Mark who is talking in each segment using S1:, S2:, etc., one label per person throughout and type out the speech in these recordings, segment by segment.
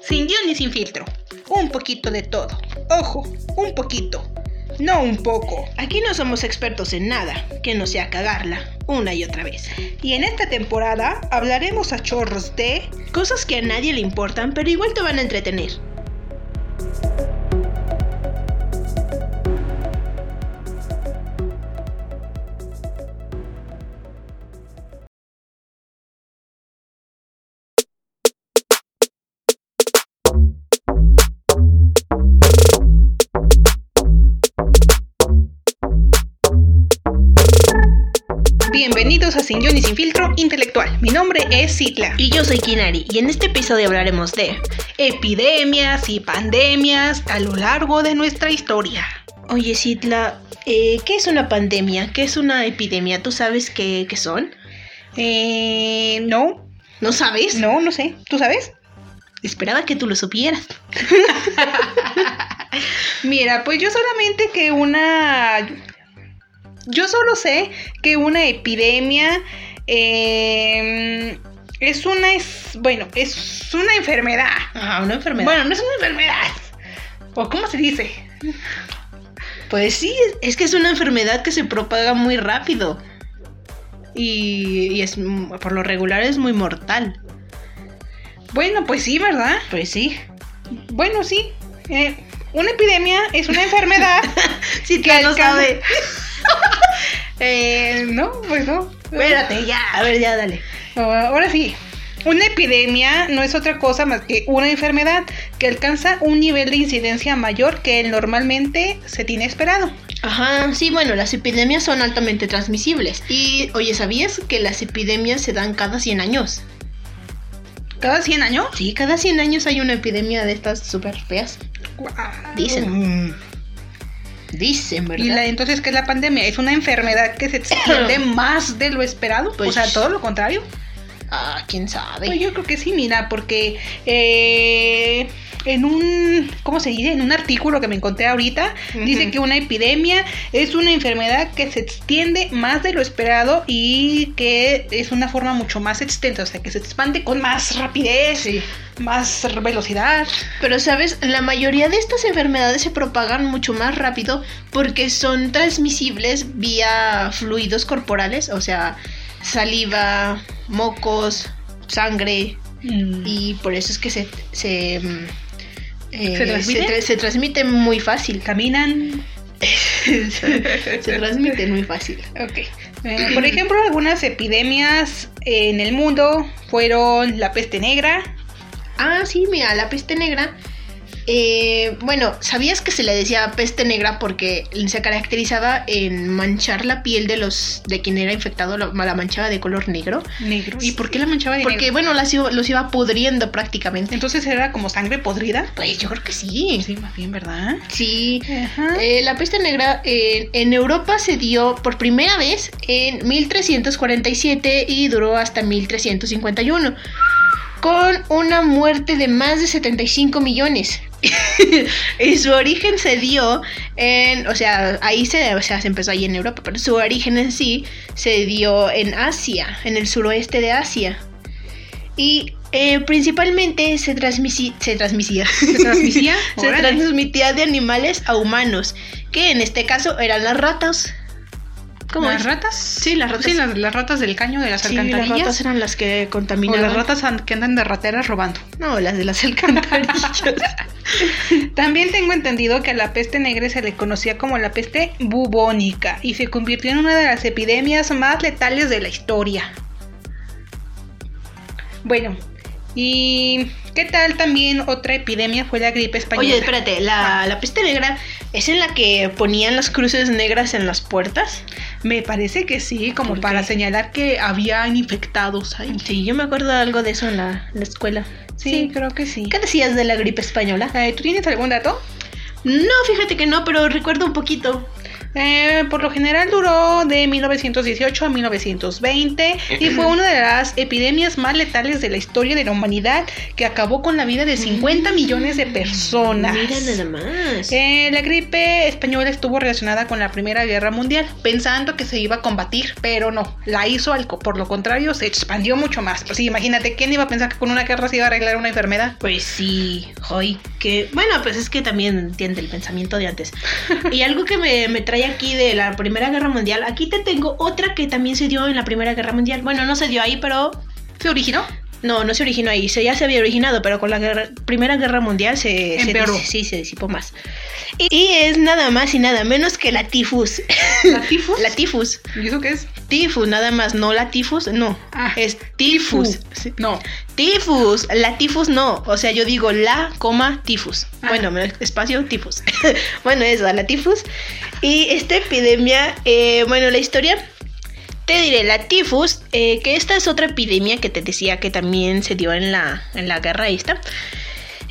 S1: Sin guión ni sin filtro. Un poquito de todo. Ojo, un poquito. No un poco. Aquí no somos expertos en nada que no sea cagarla una y otra vez. Y en esta temporada hablaremos a chorros de cosas que a nadie le importan, pero igual te van a entretener. Bienvenidos a Sin Guión y Sin Filtro Intelectual. Mi nombre es Citla. Y yo soy Kinari. Y en este episodio hablaremos de epidemias y pandemias a lo largo de nuestra historia. Oye, Citla, eh, ¿qué es una pandemia? ¿Qué es una epidemia? ¿Tú sabes qué, qué son?
S2: Eh, no,
S1: ¿No sabes?
S2: no, no sé. ¿Tú sabes?
S1: Esperaba que tú lo supieras.
S2: Mira, pues yo solamente que una... Yo solo sé que una epidemia eh, es una... Es, bueno, es una enfermedad.
S1: Ah, una enfermedad.
S2: Bueno, no es una enfermedad. ¿O cómo se dice?
S1: pues sí, es- es que es una enfermedad que se propaga muy rápido. Y, y es mm, por lo regular es muy mortal.
S2: Bueno, pues sí, ¿verdad?
S1: Pues sí.
S2: Bueno, sí. Eh, una epidemia es una enfermedad.
S1: Sí,
S2: que
S1: que no
S2: alcanza-
S1: sabe.
S2: Eh, no, pues no.
S1: Espérate, ya. A ver, ya, dale.
S2: Ah, Ahora sí, una epidemia no es otra cosa más que una enfermedad que alcanza un nivel de incidencia mayor que el normalmente se tiene esperado.
S1: Ajá, sí, bueno, las epidemias son altamente transmisibles. Y, oye, ¿sabías que las epidemias se dan cada 100 años?
S2: ¿Cada 100 años?
S1: Sí, cada 100 años hay una epidemia de estas súper feas.
S2: Guau.
S1: Dicen. Dicen, ¿verdad?
S2: Mm. ¿Y la, entonces qué es la pandemia? ¿Es una enfermedad que se extiende más de lo esperado?
S1: Pues-
S2: o sea, todo lo contrario.
S1: Ah, quién sabe.
S2: Pues yo creo que sí, mira, porque eh, en un, ¿cómo se dice? En un artículo que me encontré ahorita,
S1: Ujú.
S2: dice que una epidemia es una enfermedad que se extiende más de lo esperado y que es una forma mucho más extensa, o sea, que se expande con más rapidez,
S1: Sí.
S2: más r- velocidad.
S1: Pero, ¿sabes? La mayoría de estas enfermedades se propagan mucho más rápido porque son transmisibles vía fluidos corporales, o sea, saliva, mocos, sangre,
S2: Y
S1: y por eso es que se se, mm, eh,
S2: ¿Se transmite?
S1: tra- se transmite muy fácil
S2: caminan.
S1: se transmite muy fácil
S2: Ok. Eh, por ejemplo, algunas epidemias en el mundo fueron la peste negra.
S1: ah sí mira la peste negra eh, bueno sabías que se le decía peste negra porque se caracterizaba en manchar la piel de los de quien era infectado la, la manchaba de color negro
S2: Negro. ¿Y por qué la manchaba de
S1: porque
S2: negro?
S1: bueno las iba- los iba pudriendo prácticamente
S2: Entonces era como sangre podrida.
S1: pues yo creo que sí
S2: Sí, más bien, ¿verdad?
S1: sí
S2: Ajá.
S1: Eh, la peste negra eh, en Europa se dio por primera vez en 1347 y duró hasta 1351, con una muerte de más de 75 millones. y su origen se dio en, o sea, ahí se, o sea, se empezó ahí en Europa, pero su origen en sí se dio en Asia, en el suroeste de Asia. Y eh, principalmente se, transmisi- se transmisía.
S2: ¿Se transmitía?
S1: Se
S2: Órale.
S1: transmitía de animales a humanos, que en este caso eran las ratas. ¿Cómo
S2: ¿Las
S1: es?
S2: ratas?
S1: Sí, las ratas.
S2: Sí, las, las ratas del caño de las
S1: Sí, las
S2: alcantarillas.
S1: ratas eran las que
S2: o
S1: contaminaban.
S2: las ratas an- que andan de rateras robando.
S1: No, las de las alcantarillas.
S2: También tengo entendido que a la peste negra se le conocía como la peste bubónica y se convirtió en una de las epidemias más letales de la historia. Bueno, ¿y qué tal también otra epidemia fue la gripe española?
S1: Oye, espérate,
S2: Ah.
S1: la, la peste negra es en la que ponían las cruces negras en las puertas.
S2: Me parece que sí, como
S1: ¿Por
S2: para
S1: qué?
S2: señalar que habían infectados ahí.
S1: Sí, yo me acuerdo de algo de eso en la, la escuela.
S2: Sí, creo que sí.
S1: ¿Qué decías de la gripe española?
S2: Eh, ¿Tú tienes algún dato?
S1: No, fíjate que no, pero recuerdo un poquito.
S2: Eh, por lo general duró de 1918 a 1920 y fue una de las epidemias más letales de la historia de la humanidad que acabó con la vida de 50 millones de personas.
S1: Mira nada más.
S2: Eh, la gripe española estuvo relacionada con la Primera Guerra Mundial, pensando que se iba a combatir, pero no, la hizo al, co- por lo contrario, se expandió mucho más. Pues sí, imagínate, ¿quién iba a pensar que con una guerra se iba a arreglar una enfermedad?
S1: Pues sí, hoy que bueno, pues es que también entiende el pensamiento de antes. Y algo que me, me trae aquí de la Primera Guerra Mundial, aquí te tengo otra que también se dio en la Primera Guerra Mundial. Bueno, no se dio ahí, pero
S2: ¿Se originó?
S1: no, no se originó ahí. Se, ya se había originado, pero con la guerra- Primera Guerra Mundial se, se
S2: Empeoró.
S1: dis- sí se disipó más. Y, y es nada más y nada menos que la tifus.
S2: ¿La tifus?
S1: La tifus,
S2: ¿Y eso qué es?
S1: tifus, nada más, no la tifus, no,
S2: Ah,
S1: es tifus. Sí.
S2: No.
S1: Tifus, la tifus no, o sea, yo digo la, coma, tifus.
S2: Ah.
S1: Bueno, me- espacio, tifus. bueno, eso, la tifus. Y esta epidemia, eh, bueno, la historia, te diré, la tifus, eh, que esta es otra epidemia que te decía que también se dio en la, en la guerra esta,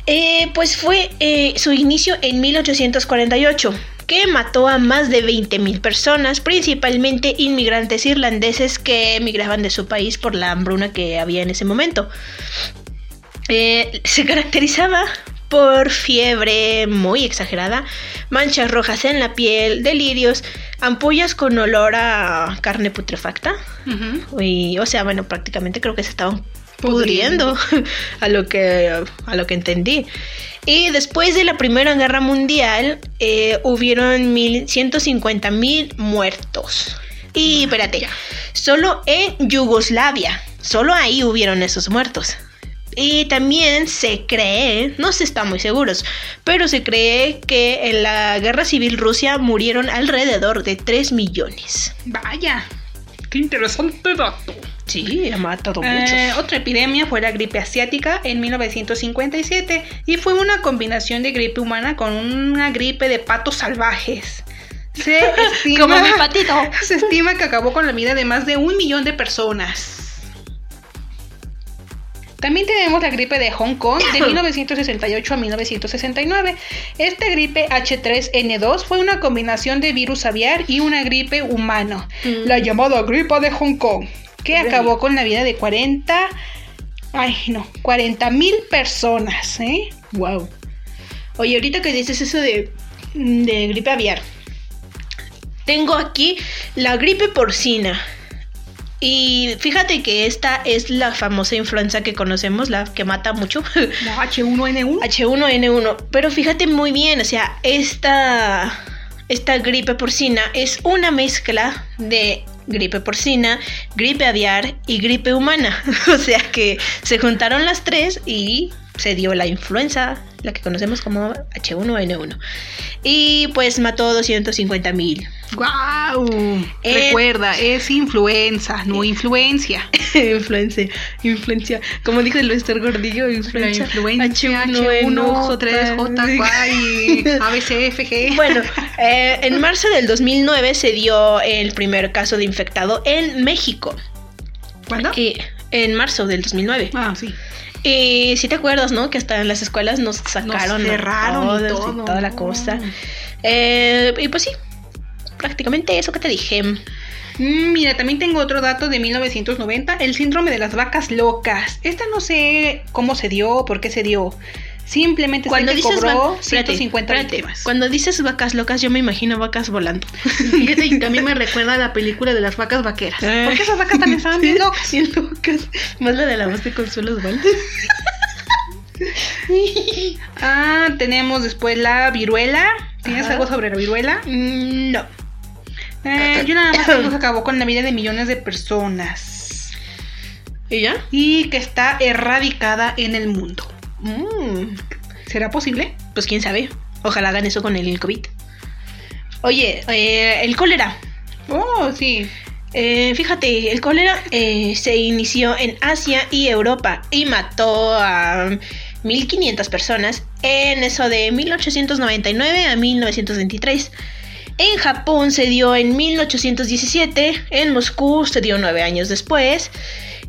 S1: eh, pues fue eh, su inicio en 1848, que mató a más de 20.000 personas, principalmente inmigrantes irlandeses que emigraban de su país por la hambruna que había en ese momento. Eh, se caracterizaba por fiebre muy exagerada, manchas rojas en la piel, delirios, ampollas con olor a carne putrefacta. Y, o sea, bueno, prácticamente creo que se estaban pudriendo, a lo que a lo que entendí. Y después de la Primera Guerra Mundial eh, hubieron mil, 150 mil muertos. Y espérate, solo en Yugoslavia, solo ahí hubieron esos muertos. Y también se cree, no se está muy seguros, pero se cree que en la guerra civil rusa murieron alrededor de 3 millones.
S2: Vaya. Qué interesante dato.
S1: Sí, ha matado
S2: Eh, otra epidemia fue la gripe asiática en 1957 y fue una combinación de gripe humana con una gripe de patos salvajes. Se estima,
S1: Como mi patito.
S2: se estima que acabó con la vida de más de un millón de personas. También tenemos la gripe de Hong Kong de 1968 a 1969. Esta gripe H3N2 fue una combinación de virus aviar y una gripe humano,
S1: Mm.
S2: la llamada gripe de Hong Kong, que
S1: Órale.
S2: acabó con la vida de 40, ay no, 40 mil personas, ¿eh?
S1: Wow. Oye, ahorita que dices eso de, mm, de gripe aviar, tengo aquí la gripe porcina. Y fíjate que esta es la famosa influenza que conocemos, la que mata mucho,
S2: La H1N1.
S1: H1N1. Pero fíjate muy bien, o sea, esta, esta gripe porcina es una mezcla de gripe porcina, gripe aviar y gripe humana. O sea que se juntaron las tres y se dio la influenza, la que conocemos como H1N1. Y pues mató 250 mil.
S2: ¡Guau!
S1: Eh,
S2: Recuerda, es influenza, no influencia.
S1: influencia, influencia. Como dijo el Lester Gordillo, influenza.
S2: ABCFG.
S1: Bueno, eh, en marzo del 2009 se dio el primer caso de infectado en México.
S2: ¿Cuándo?
S1: Y- en marzo del 2009.
S2: Ah, sí.
S1: Y si te acuerdas, ¿no? Que hasta en las escuelas nos sacaron.
S2: Nos cerraron y
S1: todos
S2: todo.
S1: toda la cosa. Eh, y pues sí, prácticamente eso que te dije.
S2: Mm, Mira, también tengo otro dato de 1990, el síndrome de las vacas locas. Esta no sé cómo se dio, por qué se dio. Simplemente se
S1: Cuando
S2: este que
S1: dices,
S2: cobró
S1: va- espérate,
S2: 150
S1: espérate.
S2: víctimas.
S1: Cuando dices vacas locas, yo me imagino vacas volando.
S2: también me recuerda a la película de las vacas vaqueras.
S1: Eh.
S2: Porque esas vacas también estaban bien locas.
S1: Bien locas. Más la de la voz de Consuelo Osvaldo.
S2: Ah, tenemos después la viruela. ¿Tienes
S1: Ajá.
S2: algo sobre la viruela?
S1: Mm, No.
S2: Eh, yo nada más que nos acabó con la vida de millones de personas.
S1: ¿Y ya?
S2: Y que está erradicada en el mundo.
S1: Mm,
S2: ¿Será posible?
S1: pues quién sabe. Ojalá hagan eso con el COVID. Oye, eh, el cólera.
S2: Oh, sí.
S1: Eh, fíjate, el cólera eh, se inició en Asia y Europa y mató a 1.500 personas en eso de 1899 a 1923. En Japón se dio en 1817, en Moscú se dio nueve años después,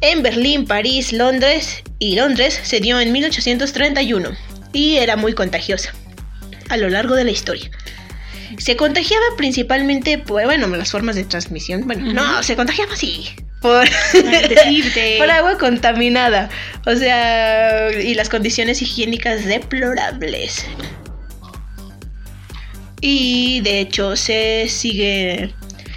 S1: en Berlín, París, Londres y Londres se dio en 1831 y era muy contagiosa a lo largo de la historia. Se contagiaba principalmente, pues, bueno, las formas de transmisión. Bueno,
S2: Ujú.
S1: no, se contagiaba así. Por,
S2: decirte.
S1: por agua contaminada. O sea, y las condiciones higiénicas deplorables. Y de hecho, se sigue.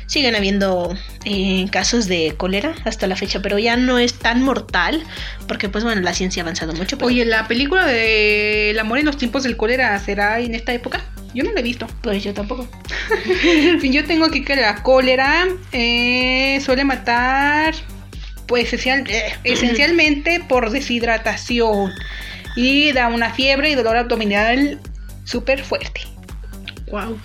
S1: Siguen habiendo eh, casos de cólera hasta la fecha, pero ya no es tan mortal, porque pues bueno, la ciencia ha avanzado mucho. Pero,
S2: Oye, la película de El amor en los tiempos del cólera será en esta época? Yo no la he visto.
S1: pues yo tampoco.
S2: Yo tengo aquí que la cólera eh, suele matar, pues esencial- eh, esencialmente por deshidratación y da una fiebre y dolor abdominal súper fuerte.
S1: Wow.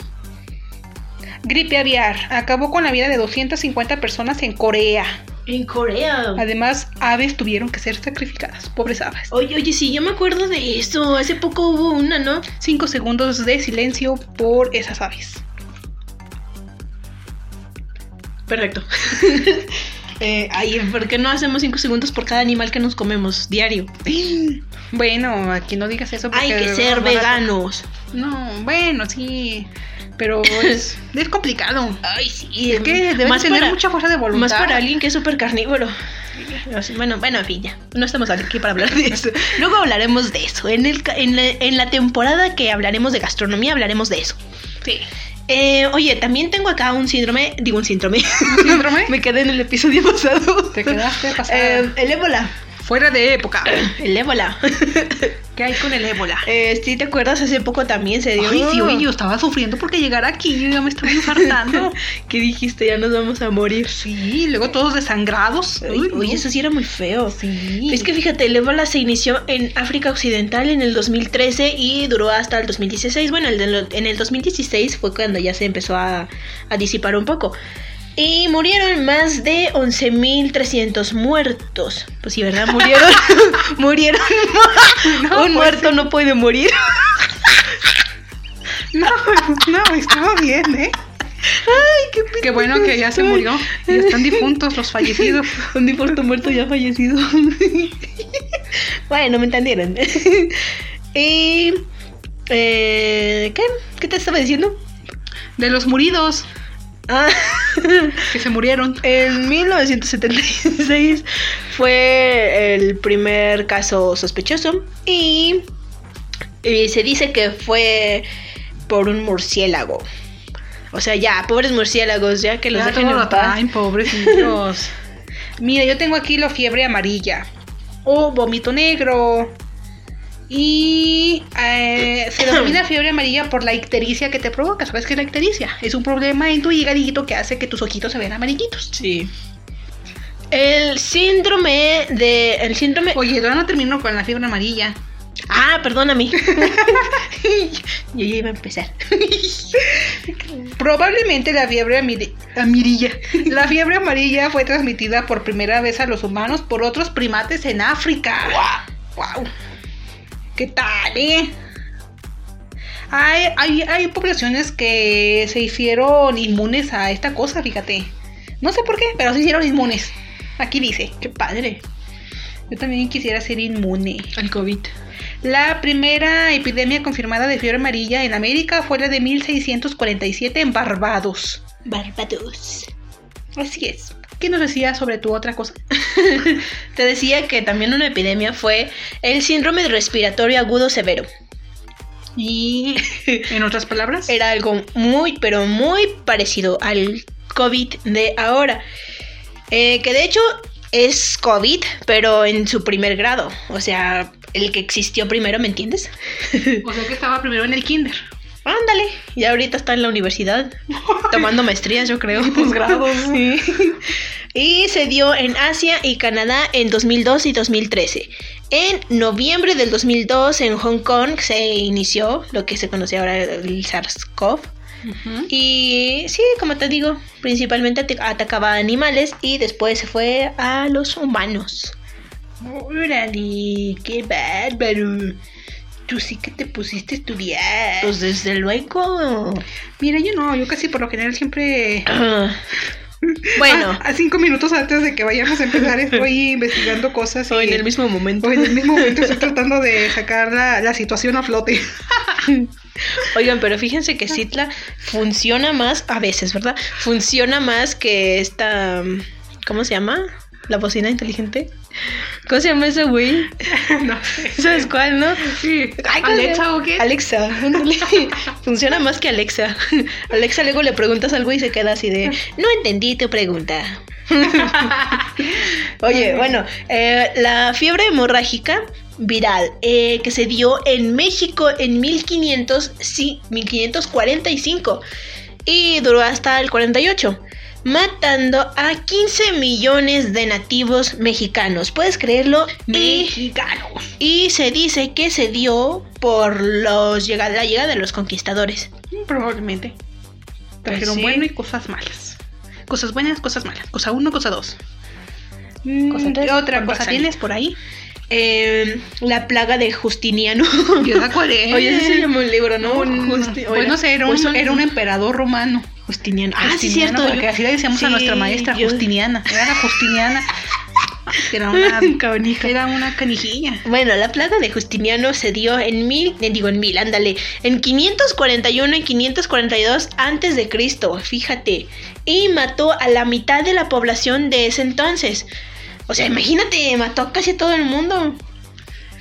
S2: Gripe aviar acabó con la vida de 250 personas en Corea.
S1: En Corea.
S2: Además, aves tuvieron que ser sacrificadas, pobres aves.
S1: Oye, oye, sí, yo me acuerdo de esto. Hace poco hubo una, ¿no?
S2: Cinco segundos de silencio por esas aves.
S1: Perfecto. eh, ay, ¿por qué no hacemos 5 segundos por cada animal que nos comemos diario?
S2: Bueno, aquí no digas eso.
S1: Hay
S2: porque
S1: que ser
S2: van a-
S1: veganos.
S2: No, bueno, sí. Pero es, es complicado.
S1: Ay, sí.
S2: Y es que debes
S1: más
S2: tener
S1: para,
S2: mucha fuerza de voluntad.
S1: Más para alguien que es súper carnívoro. O sea, Bueno, bueno, en fin, ya. No estamos aquí para hablar de eso. Luego hablaremos de eso. En, el, ca- en, la, en la temporada que hablaremos de gastronomía, hablaremos de eso.
S2: Sí.
S1: Eh, oye, también tengo acá un síndrome. Digo un síndrome.
S2: Síndrome.
S1: Me quedé en el episodio pasado.
S2: Te quedaste pasada.
S1: Eh, el ébola.
S2: Fuera de época.
S1: El ébola.
S2: ¿Qué hay con el ébola?
S1: Eh, sí, ¿te acuerdas? Hace poco también se dio.
S2: Ay, sí, oye, yo estaba sufriendo porque llegar aquí yo ya me estaba infartando.
S1: ¿Qué dijiste? Ya nos vamos a morir.
S2: sí, y luego todos desangrados.
S1: Ay,
S2: Uy, no.
S1: Oye, eso sí era muy feo.
S2: Sí.
S1: Es que fíjate, el ébola se inició en África Occidental en el 2013 y duró hasta el 2016. Bueno, el de lo- en el 2016 fue cuando ya se empezó a, a disipar un poco. Y murieron más de 11.300 muertos. Pues sí, ¿verdad? Murieron. murieron. un
S2: No, pues
S1: muerto no puede morir.
S2: No, no, estaba bien, ¿eh?
S1: Ay, qué
S2: Qué bueno que ya se murió. Y están difuntos los fallecidos.
S1: Un difunto muerto ya fallecido. bueno, me entendieron. y. eh, ¿Qué? ¿Qué te estaba diciendo?
S2: De los muridos
S1: Ah,
S2: que se murieron.
S1: en 1976 fue el primer caso sospechoso y, y se dice que fue por un murciélago. O sea, ya, pobres murciélagos, ya que los
S2: Ya
S1: dejen
S2: todo
S1: en
S2: lo
S1: paz.
S2: traen, pobrecitos. Mira, yo tengo aquí la fiebre amarilla o vómito negro. Y eh, se denomina fiebre amarilla por la ictericia que te provoca. ¿Sabes qué es la ictericia? Es un problema en tu hígado que hace que tus ojitos se vean amarillitos.
S1: Sí. El síndrome de. El síndrome.
S2: Oye, todavía no termino con la fiebre amarilla.
S1: Ah, perdóname. Yo ya iba a empezar.
S2: Probablemente la fiebre amiri- amarilla. La fiebre amarilla fue transmitida por primera vez a los humanos por otros primates en África. ¡Wow! ¿Qué tal, eh? Hay, hay, hay poblaciones que se hicieron inmunes a esta cosa, fíjate. No sé por qué, pero se hicieron inmunes. Aquí dice.
S1: Qué padre.
S2: Yo también quisiera ser inmune.
S1: El COVID.
S2: La primera epidemia confirmada de fiebre amarilla en América fue la de 1647 en Barbados.
S1: Barbados.
S2: Así es. ¿Qué nos decía sobre tu otra cosa?
S1: Te decía que también una epidemia fue el síndrome respiratorio agudo severo.
S2: Y en otras palabras,
S1: Era algo muy, pero muy parecido al COVID de ahora. Eh, que de hecho es COVID, pero en su primer grado. O sea, el que existió primero, ¿me entiendes?
S2: o sea que estaba primero en el kinder.
S1: Ándale, ya ahorita está en la universidad tomando maestrías, yo creo.
S2: Posgrados.
S1: Sí. Y se dio en Asia y Canadá en 2002 y 2013. En noviembre del 2002 en Hong Kong se inició lo que se conoce ahora el SARS-CoV. Y sí, como te digo, principalmente ate- atacaba a animales y después se fue a los humanos.
S2: Órale, qué bárbaro. Tú sí que te pusiste a estudiar.
S1: Pues desde luego.
S2: mira, yo no, yo casi por lo general siempre.
S1: Bueno,
S2: A, a cinco minutos antes de que vayamos a empezar, estoy investigando cosas. y-
S1: mismo momento.
S2: o en el mismo momento estoy tratando de sacar la, la situación a flote.
S1: Oigan, pero fíjense que Citla funciona más, a veces, ¿verdad? Funciona más que esta. ¿Cómo se llama? La bocina inteligente. ¿Cómo se llama esa, güey?
S2: no sé.
S1: ¿Sabes cuál, no?
S2: Sí.
S1: Ay, ¿cómo se
S2: ¿Alexa
S1: llama?
S2: o qué?
S1: Alexa. ándale. Funciona más que Alexa. Alexa, luego le preguntas algo y se queda así de: No entendí tu pregunta. Oye, bueno, eh, la fiebre hemorrágica viral eh, que se dio en México en 1500, sí, 1545 y duró hasta el 48, matando a 15 millones de nativos mexicanos. ¿Puedes creerlo? Y,
S2: Mexicanos.
S1: y se dice que se dio por los llega- la llegada de los conquistadores.
S2: Probablemente. Trajeron
S1: sí.
S2: bueno y cosas malas. Cosas buenas, cosas malas. Cosa uno, cosa dos. Mm,
S1: tres,
S2: ¿qué otra
S1: con
S2: cosa
S1: razón.
S2: tienes por ahí?
S1: Eh, la plaga de Justiniano.
S2: Yo esa cuál es.
S1: Oye, ese se llama un libro, ¿no?
S2: Un-
S1: Justi- o
S2: pues no sé, era un,
S1: o es
S2: era un emperador romano.
S1: Justiniano. Ah, sí,
S2: Justiniano,
S1: cierto.
S2: Porque
S1: yo-
S2: así le decíamos a
S1: sí,
S2: nuestra maestra,
S1: yo-
S2: Justiniana. Era la Justiniana. Era una,
S1: Cabronico.
S2: era una canijilla.
S1: Bueno, la plaga de Justiniano se dio en mil, eh, digo en mil, ándale, en 541 y 542 antes de Cristo, fíjate, y mató a la mitad de la población de ese entonces. O sea, imagínate, mató a casi todo el mundo.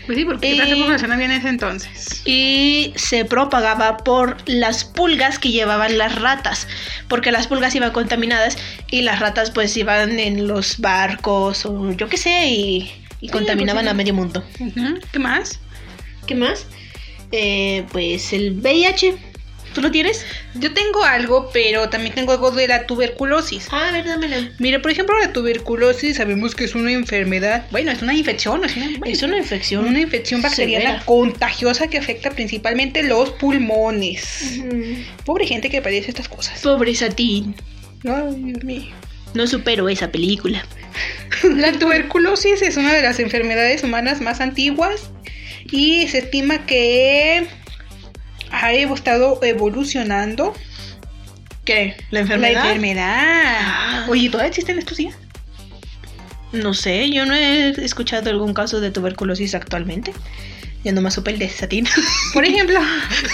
S2: Pues sí, porque
S1: Eh.
S2: esa población había en ese entonces.
S1: y se propagaba por las pulgas que llevaban las ratas, porque las pulgas iban contaminadas y las ratas pues iban en los barcos o yo qué sé y, y
S2: Sí,
S1: contaminaban
S2: pues, sí.
S1: a medio mundo.
S2: Ujú, ¿Qué más?
S1: ¿Qué más? Eh, pues el VIH. ¿Tú lo tienes?
S2: Yo tengo algo, pero también tengo algo de la tuberculosis.
S1: Ah, a ver, dámelo.
S2: Mira, por ejemplo, la tuberculosis sabemos que es una enfermedad. Bueno, es una infección, es una,
S1: Es una infección.
S2: una infección bacteriana
S1: severa.
S2: contagiosa que afecta principalmente los pulmones.
S1: Ujú.
S2: Pobre gente que padece estas cosas.
S1: Pobre Satín.
S2: Ay, Dios mío.
S1: No supero esa película.
S2: La tuberculosis es una de las enfermedades humanas más antiguas y se estima que ha evo- estado evolucionando
S1: ¿Qué? ¿La
S2: la enfermedad.
S1: Ah.
S2: Oye, ¿todavía existen estos días?
S1: No sé, yo no he escuchado algún caso de tuberculosis actualmente. Yo nomás supe el de Satín.
S2: Por ejemplo,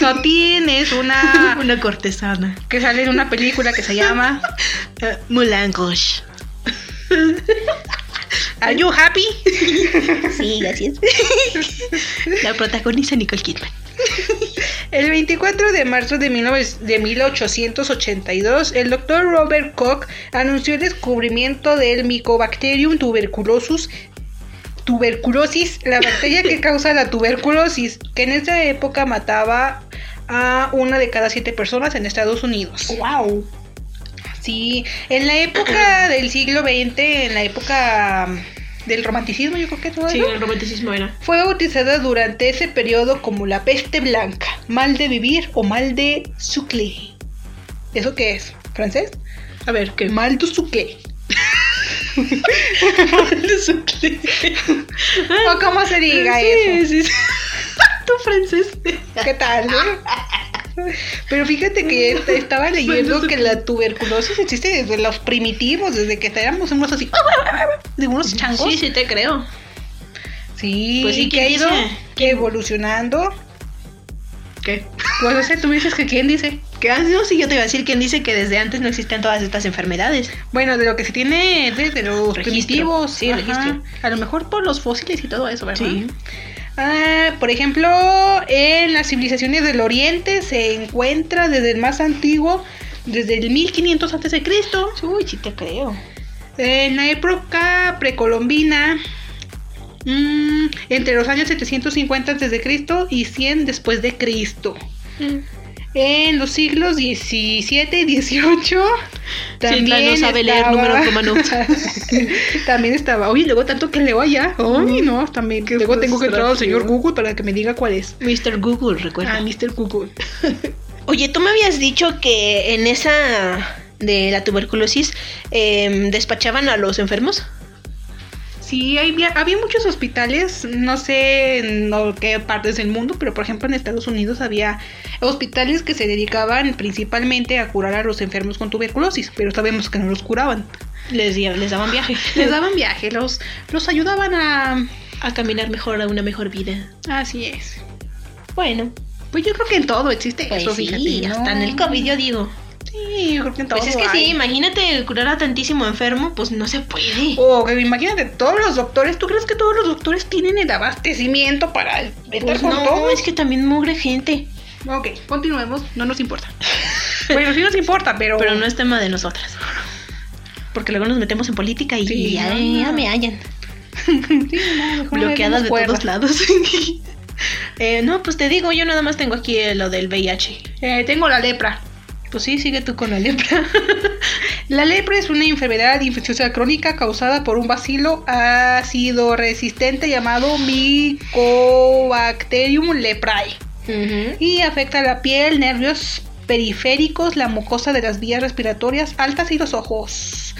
S2: no tienes una
S1: Una cortesana.
S2: que sale en una película que se llama Ah,
S1: Eh, Moulin Rouge.
S2: Are You Happy?
S1: Sí, gracias. La protagoniza Nicole Kidman.
S2: El 24 de marzo de, 19 de 1882, el doctor Robert Koch anunció el descubrimiento del Mycobacterium tuberculosis, tuberculosis, la bacteria que causa la tuberculosis, que en esa época mataba a una de cada siete personas en Estados Unidos.
S1: ¡Wow!
S2: Sí, en la época del siglo XX, en la época del romanticismo, yo creo que todo eso,
S1: romanticismo era.
S2: fue bautizada durante ese periodo como la peste blanca, mal de vivir o mal de sucle. ¿Eso qué es? ¿Francés?
S1: A ver, ¿qué?
S2: Mal de sucle. ¿O cómo se diga eso?
S1: Sí, sí. Tu francés.
S2: ¿Qué tal? eh? Pero fíjate que est- estaba leyendo
S1: de
S2: que la tuberculosis existe desde los primitivos, desde que éramos unos así, de unos changos.
S1: Sí, sí, te creo.
S2: Sí,
S1: Pues sí,
S2: que ha
S1: ¿quién
S2: ido
S1: dice?
S2: evolucionando.
S1: ¿Qué?
S2: Pues no sé, tú me dices que quién dice.
S1: ¿Qué haces? ah, No, sí, yo te iba a decir quién dice que desde antes no existían todas estas enfermedades.
S2: Bueno, de lo que se tiene es desde los
S1: Registro.
S2: primitivos.
S1: Sí,
S2: ajá.
S1: registro.
S2: A lo mejor por los fósiles y todo eso, ¿verdad?
S1: Sí.
S2: Ah, por ejemplo, en las civilizaciones del Oriente se encuentra desde el más antiguo, desde el 1500 antes de Cristo.
S1: Uy, sí, te creo.
S2: En la época precolombina, mm, entre los años 750 antes de Cristo y 100 después de Cristo.
S1: Mm.
S2: En los siglos 17 y 18 también
S1: Silvia no sabe leer
S2: estaba-
S1: números romanos.
S2: también estaba. Oye, luego tanto que leo allá. Ay, no, también. Luego tengo que entrar al señor
S1: Mm. frustración.
S2: Google para que me diga cuál es.
S1: Mr. Google, recuerda.
S2: Ah, Mr. Google.
S1: Oye, tú me habías dicho que en esa de la tuberculosis em, despachaban a los enfermos.
S2: Sí, había, había muchos hospitales, no sé en lo- qué partes del mundo, pero por ejemplo en Estados Unidos había hospitales que se dedicaban principalmente a curar a los enfermos con tuberculosis, pero sabemos que no los curaban.
S1: Les, di- les daban viaje.
S2: Les daban viaje, los, los ayudaban a...
S1: a caminar mejor, a una mejor vida.
S2: Así es.
S1: Bueno,
S2: Pues yo creo que en todo existe
S1: Pues
S2: eso,
S1: sí,
S2: fíjate. ¿no?
S1: hasta en el COVID yo digo.
S2: Sí, yo creo que en todo.
S1: Pues es que
S2: hay.
S1: sí, imagínate curar a tantísimo enfermo, pues no se puede.
S2: O Oh, que imagínate, todos los doctores, ¿tú crees que todos los doctores tienen el abastecimiento para estar
S1: Pues
S2: con
S1: no,
S2: todo?
S1: es que también mugre gente,
S2: Ok, continuemos, no nos importa. bueno, sí nos importa, pero...
S1: pero no es tema de nosotras. Porque luego nos metemos en política y,
S2: Sí,
S1: y ya,
S2: no,
S1: ya
S2: no.
S1: me hallan.
S2: Sí, no, mejor no
S1: Bloqueadas
S2: demos
S1: de
S2: cuerda.
S1: todos lados. Eh, no, pues te digo, yo nada más tengo aquí eh, lo del VIH.
S2: Eh, tengo la lepra.
S1: Pues sí, sigue tú con la lepra.
S2: La lepra es una enfermedad infecciosa crónica causada por un bacilo ácido resistente llamado Mycobacterium leprae y afecta la piel, nervios periféricos, la mucosa de las vías respiratorias altas y los ojos.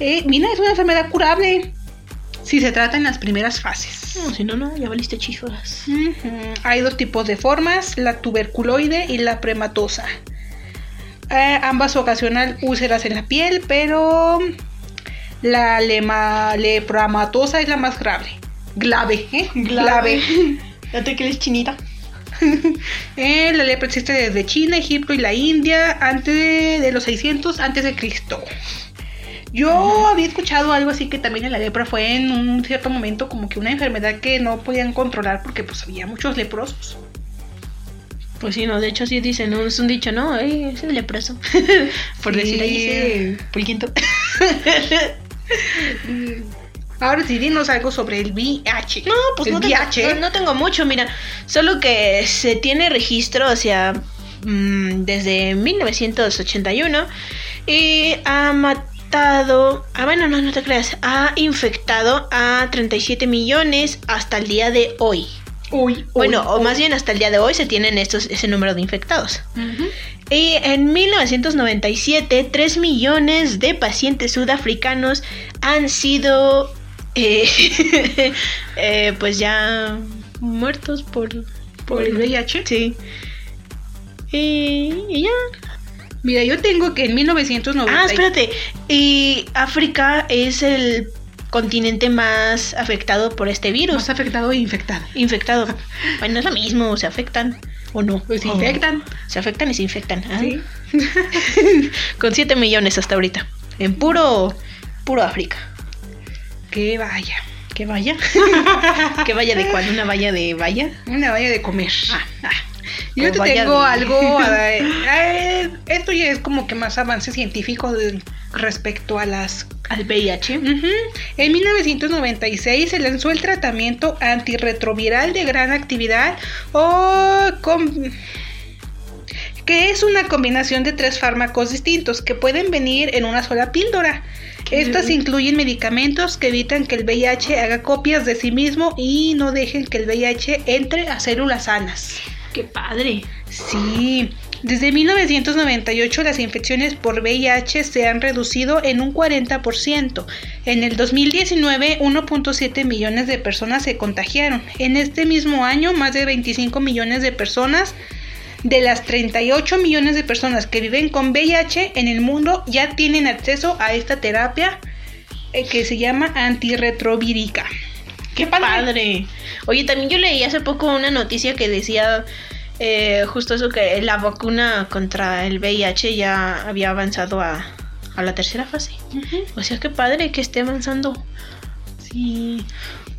S2: Eh, mira, es una enfermedad curable si se trata en las primeras fases.
S1: No, si no, no, ya valiste chifras.
S2: Ujú. Hay dos tipos de formas, la tuberculoide y la prematosa. Eh, ambas ocasionan úlceras en la piel, pero la lema, lepramatosa es la más grave. Glave, ¿eh? Glave.
S1: Date que eres chinita.
S2: Eh, la lepra existe desde China, Egipto y la India antes de, de los 600 antes de Cristo. Yo había escuchado algo así que también la lepra fue en un cierto momento como que una enfermedad que no podían controlar porque pues había muchos leprosos.
S1: Pues sí, no, de hecho sí dicen, no, es un dicho, no, Ey, es el leproso. Por
S2: Sí.
S1: decir ahí ese pulguito.
S2: Ahora sí, dinos algo sobre el VIH.
S1: No, pues
S2: el
S1: no
S2: VIH.
S1: tengo, no, no tengo mucho, mira. Solo que se tiene registro, o sea, mm, desde 1981 y ha matado, ah, bueno, no, no te creas, ha infectado a 37 millones hasta el día de hoy.
S2: Uy, uy,
S1: Bueno, o
S2: uy.
S1: más bien hasta el día de hoy se tienen estos, ese número de infectados.
S2: Ujú.
S1: Y en 1997, 3 millones de pacientes sudafricanos han sido, eh, eh, pues ya muertos por,
S2: Por el VIH.
S1: Sí. Y, y ya.
S2: Mira, yo tengo que en 1990.
S1: Ah, espérate. Y África es el continente más afectado por este virus.
S2: Más afectado e infectado.
S1: Infectado. Bueno, es lo mismo, se afectan o no.
S2: Pues se
S1: Oh.
S2: infectan.
S1: Se afectan y se infectan. ah.
S2: Sí.
S1: Con 7 millones hasta ahorita. En puro, puro África.
S2: Que vaya.
S1: Que vaya. que vaya de cuál? Una valla de valla.
S2: Una valla de comer.
S1: Ah, ah.
S2: Yo
S1: Con
S2: te
S1: valla
S2: tengo
S1: de-
S2: algo. a- eh, esto ya es como que más avance científico de- respecto a las.
S1: Al VIH.
S2: Ujú. En 1996 se lanzó el tratamiento antirretroviral de gran actividad o con- que es una combinación de tres fármacos distintos que pueden venir en una sola píldora.
S1: Qué
S2: Estas
S1: nervio.
S2: incluyen medicamentos que evitan que el VIH haga copias de sí mismo y no dejen que el VIH entre a células sanas.
S1: Qué padre.
S2: Sí, desde 1998 las infecciones por VIH se han reducido en un 40%. En el 2019, 1.7 millones de personas se contagiaron. En este mismo año, más de 25 millones de personas, de las 38 millones de personas que viven con VIH en el mundo, ya tienen acceso a esta terapia eh, que se llama antirretrovírica.
S1: Qué padre. Oye, también yo leí hace poco una noticia que decía eh, justo eso que la vacuna contra el VIH ya había avanzado a, a la tercera fase. O sea, qué padre que esté avanzando. Sí.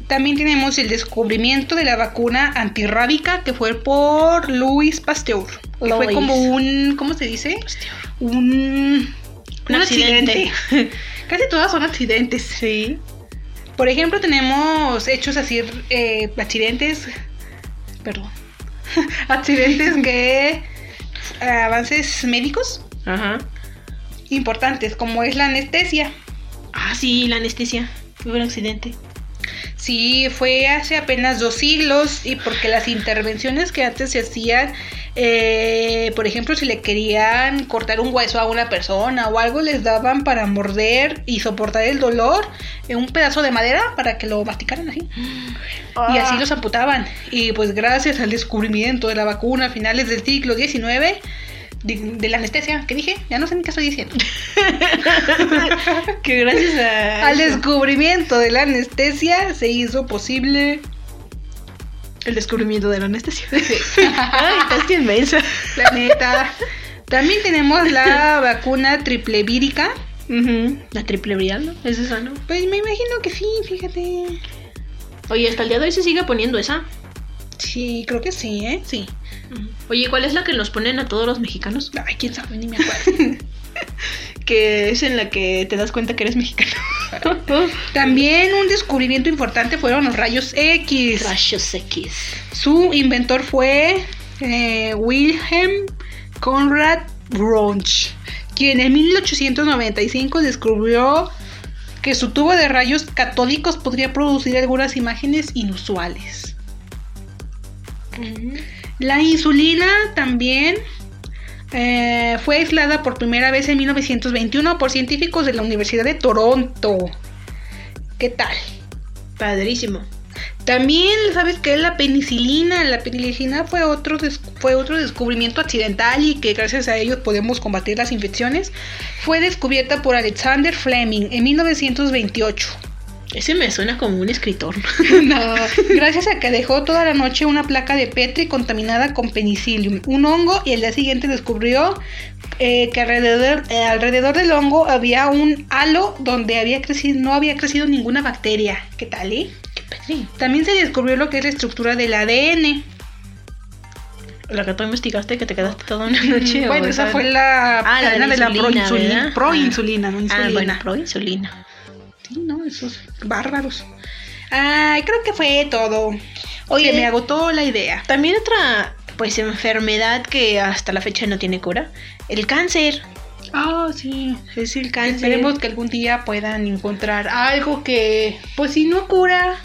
S2: También tenemos el descubrimiento de la vacuna antirrábica que fue por Luis Pasteur. Que fue
S1: Louis.
S2: como un, ¿cómo se dice? Un, un accidente. Casi todas son accidentes.
S1: Sí.
S2: Por ejemplo, tenemos hechos así, eh, accidentes, perdón, accidentes que avances médicos
S1: Ajá.
S2: importantes, como es la anestesia.
S1: Ah, sí, la anestesia. Hubo un accidente.
S2: Sí, fue hace apenas dos siglos y porque las intervenciones que antes se hacían, eh, por ejemplo, si le querían cortar un hueso a una persona o algo, les daban para morder y soportar el dolor eh, un pedazo de madera para que lo masticaran así. Y
S1: Ah.
S2: así los amputaban. Y pues gracias al descubrimiento de la vacuna a finales del siglo XIX, de, de la anestesia, que dije, ya no sé ni qué estoy diciendo.
S1: que gracias a.
S2: Al descubrimiento de la anestesia se hizo posible El descubrimiento de la anestesia.
S1: Ay, estás inmensa.
S2: La neta. También tenemos la vacuna triple vírica.
S1: Ujú, La triple viral, ¿no? Es esa, ¿no?
S2: Pues me imagino que sí, fíjate.
S1: Oye, hasta el día de hoy se sigue poniendo esa.
S2: Sí, creo que sí, ¿eh? Sí.
S1: Oye, ¿cuál es la que nos ponen a todos los mexicanos?
S2: Ay, quién sabe, ni me acuerdo.
S1: Que es en la que te das cuenta que eres mexicano.
S2: También un descubrimiento importante fueron los rayos X.
S1: Rayos X.
S2: Su inventor fue eh, Wilhelm Conrad Röntgen, quien en 1895 descubrió que su tubo de rayos catódicos podría producir algunas imágenes inusuales. La insulina también eh, fue aislada por primera vez en 1921 por científicos de la Universidad de Toronto. ¿Qué tal?
S1: Padrísimo.
S2: También, ¿sabes qué? La penicilina. La penicilina fue otro, des- fue otro descubrimiento accidental y que gracias a ellos podemos combatir las infecciones. Fue descubierta por Alexander Fleming en 1928.
S1: Ese me suena como un escritor.
S2: No, gracias a que dejó toda la noche una placa de Petri contaminada con penicillium, un hongo, y el día siguiente descubrió eh, que alrededor, eh, alrededor del hongo había un halo donde había crecido, no había crecido ninguna bacteria. ¿Qué tal, eh?
S1: Qué padre.
S2: También se descubrió lo que es la estructura del ADN.
S1: La que tú investigaste que te quedaste toda una noche.
S2: bueno,
S1: o
S2: esa fue la
S1: Ah, la
S2: cadena
S1: de
S2: de la
S1: insulina, ¿verdad?
S2: proinsulina, proinsulina, no
S1: Ah, bueno,
S2: insulina.
S1: proinsulina.
S2: sí, no, esos bárbaros. Ay, creo que fue todo. Oye,
S1: Sí.
S2: me agotó la idea.
S1: También otra pues enfermedad que hasta la fecha no tiene cura, el cáncer.
S2: Ah, sí.
S1: Es el
S2: Esperemos que algún día puedan encontrar algo que, pues si no cura,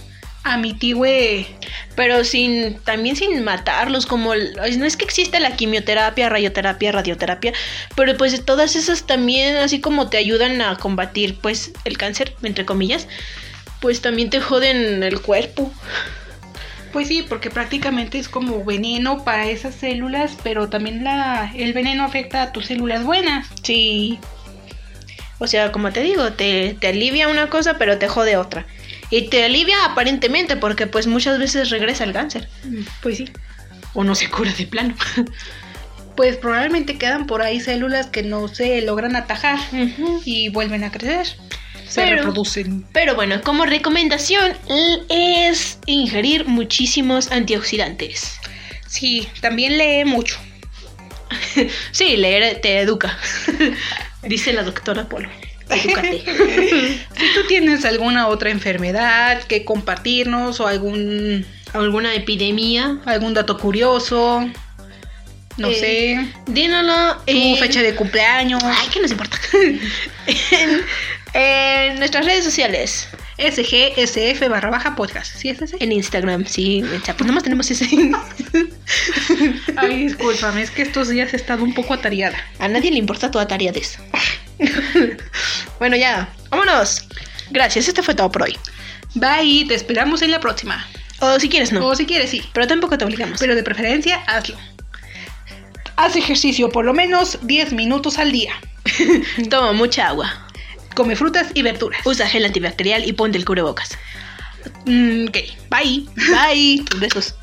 S2: amitigüe.
S1: Pero sin también sin matarlos, como el- no es que existe la quimioterapia, radioterapia, radioterapia, pero pues todas esas también así como te ayudan a combatir pues el cáncer, entre comillas, pues también te joden el cuerpo.
S2: Pues sí, porque prácticamente es como veneno para esas células, pero también la, el veneno afecta a tus células buenas.
S1: Sí. O sea, como te digo, te, te alivia una cosa, pero te jode otra. Y te alivia aparentemente, porque pues muchas veces regresa el cáncer.
S2: Pues sí.
S1: O no se cura de plano.
S2: Pues probablemente quedan por ahí células que no se logran atajar
S1: Ujú.
S2: y vuelven a crecer.
S1: Se
S2: reproducen.
S1: Pero bueno, como recomendación l- es ingerir muchísimos antioxidantes.
S2: Sí, también lee mucho.
S1: Sí, leer te educa. Dice la doctora Polo. Educate.
S2: Si tú tienes alguna otra enfermedad que compartirnos o algún,
S1: ¿Alguna epidemia?
S2: algún dato curioso, no
S1: Eh,
S2: sé,
S1: Dínoslo.
S2: tu
S1: en-
S2: fecha de cumpleaños,
S1: Ay, que nos importa. en, en nuestras redes sociales.
S2: SGSF barra baja podcast. ¿Sí es ese?
S1: En Instagram, sí. O sea, pues nada más tenemos ese.
S2: Ay, discúlpame, es que estos días he estado un poco atareada.
S1: A nadie le importa tu atariadez. bueno, ya. Vámonos. Gracias. Este fue todo por hoy.
S2: Bye, te esperamos en la próxima.
S1: O si quieres, no.
S2: O si quieres, sí.
S1: Pero tampoco te obligamos.
S2: Pero de preferencia, hazlo. Haz ejercicio por lo menos 10 minutos al día.
S1: Toma mucha agua.
S2: Come frutas y verduras.
S1: Usa gel antibacterial y ponte el cubrebocas.
S2: Mm, ok, bye.
S1: Bye. Besos.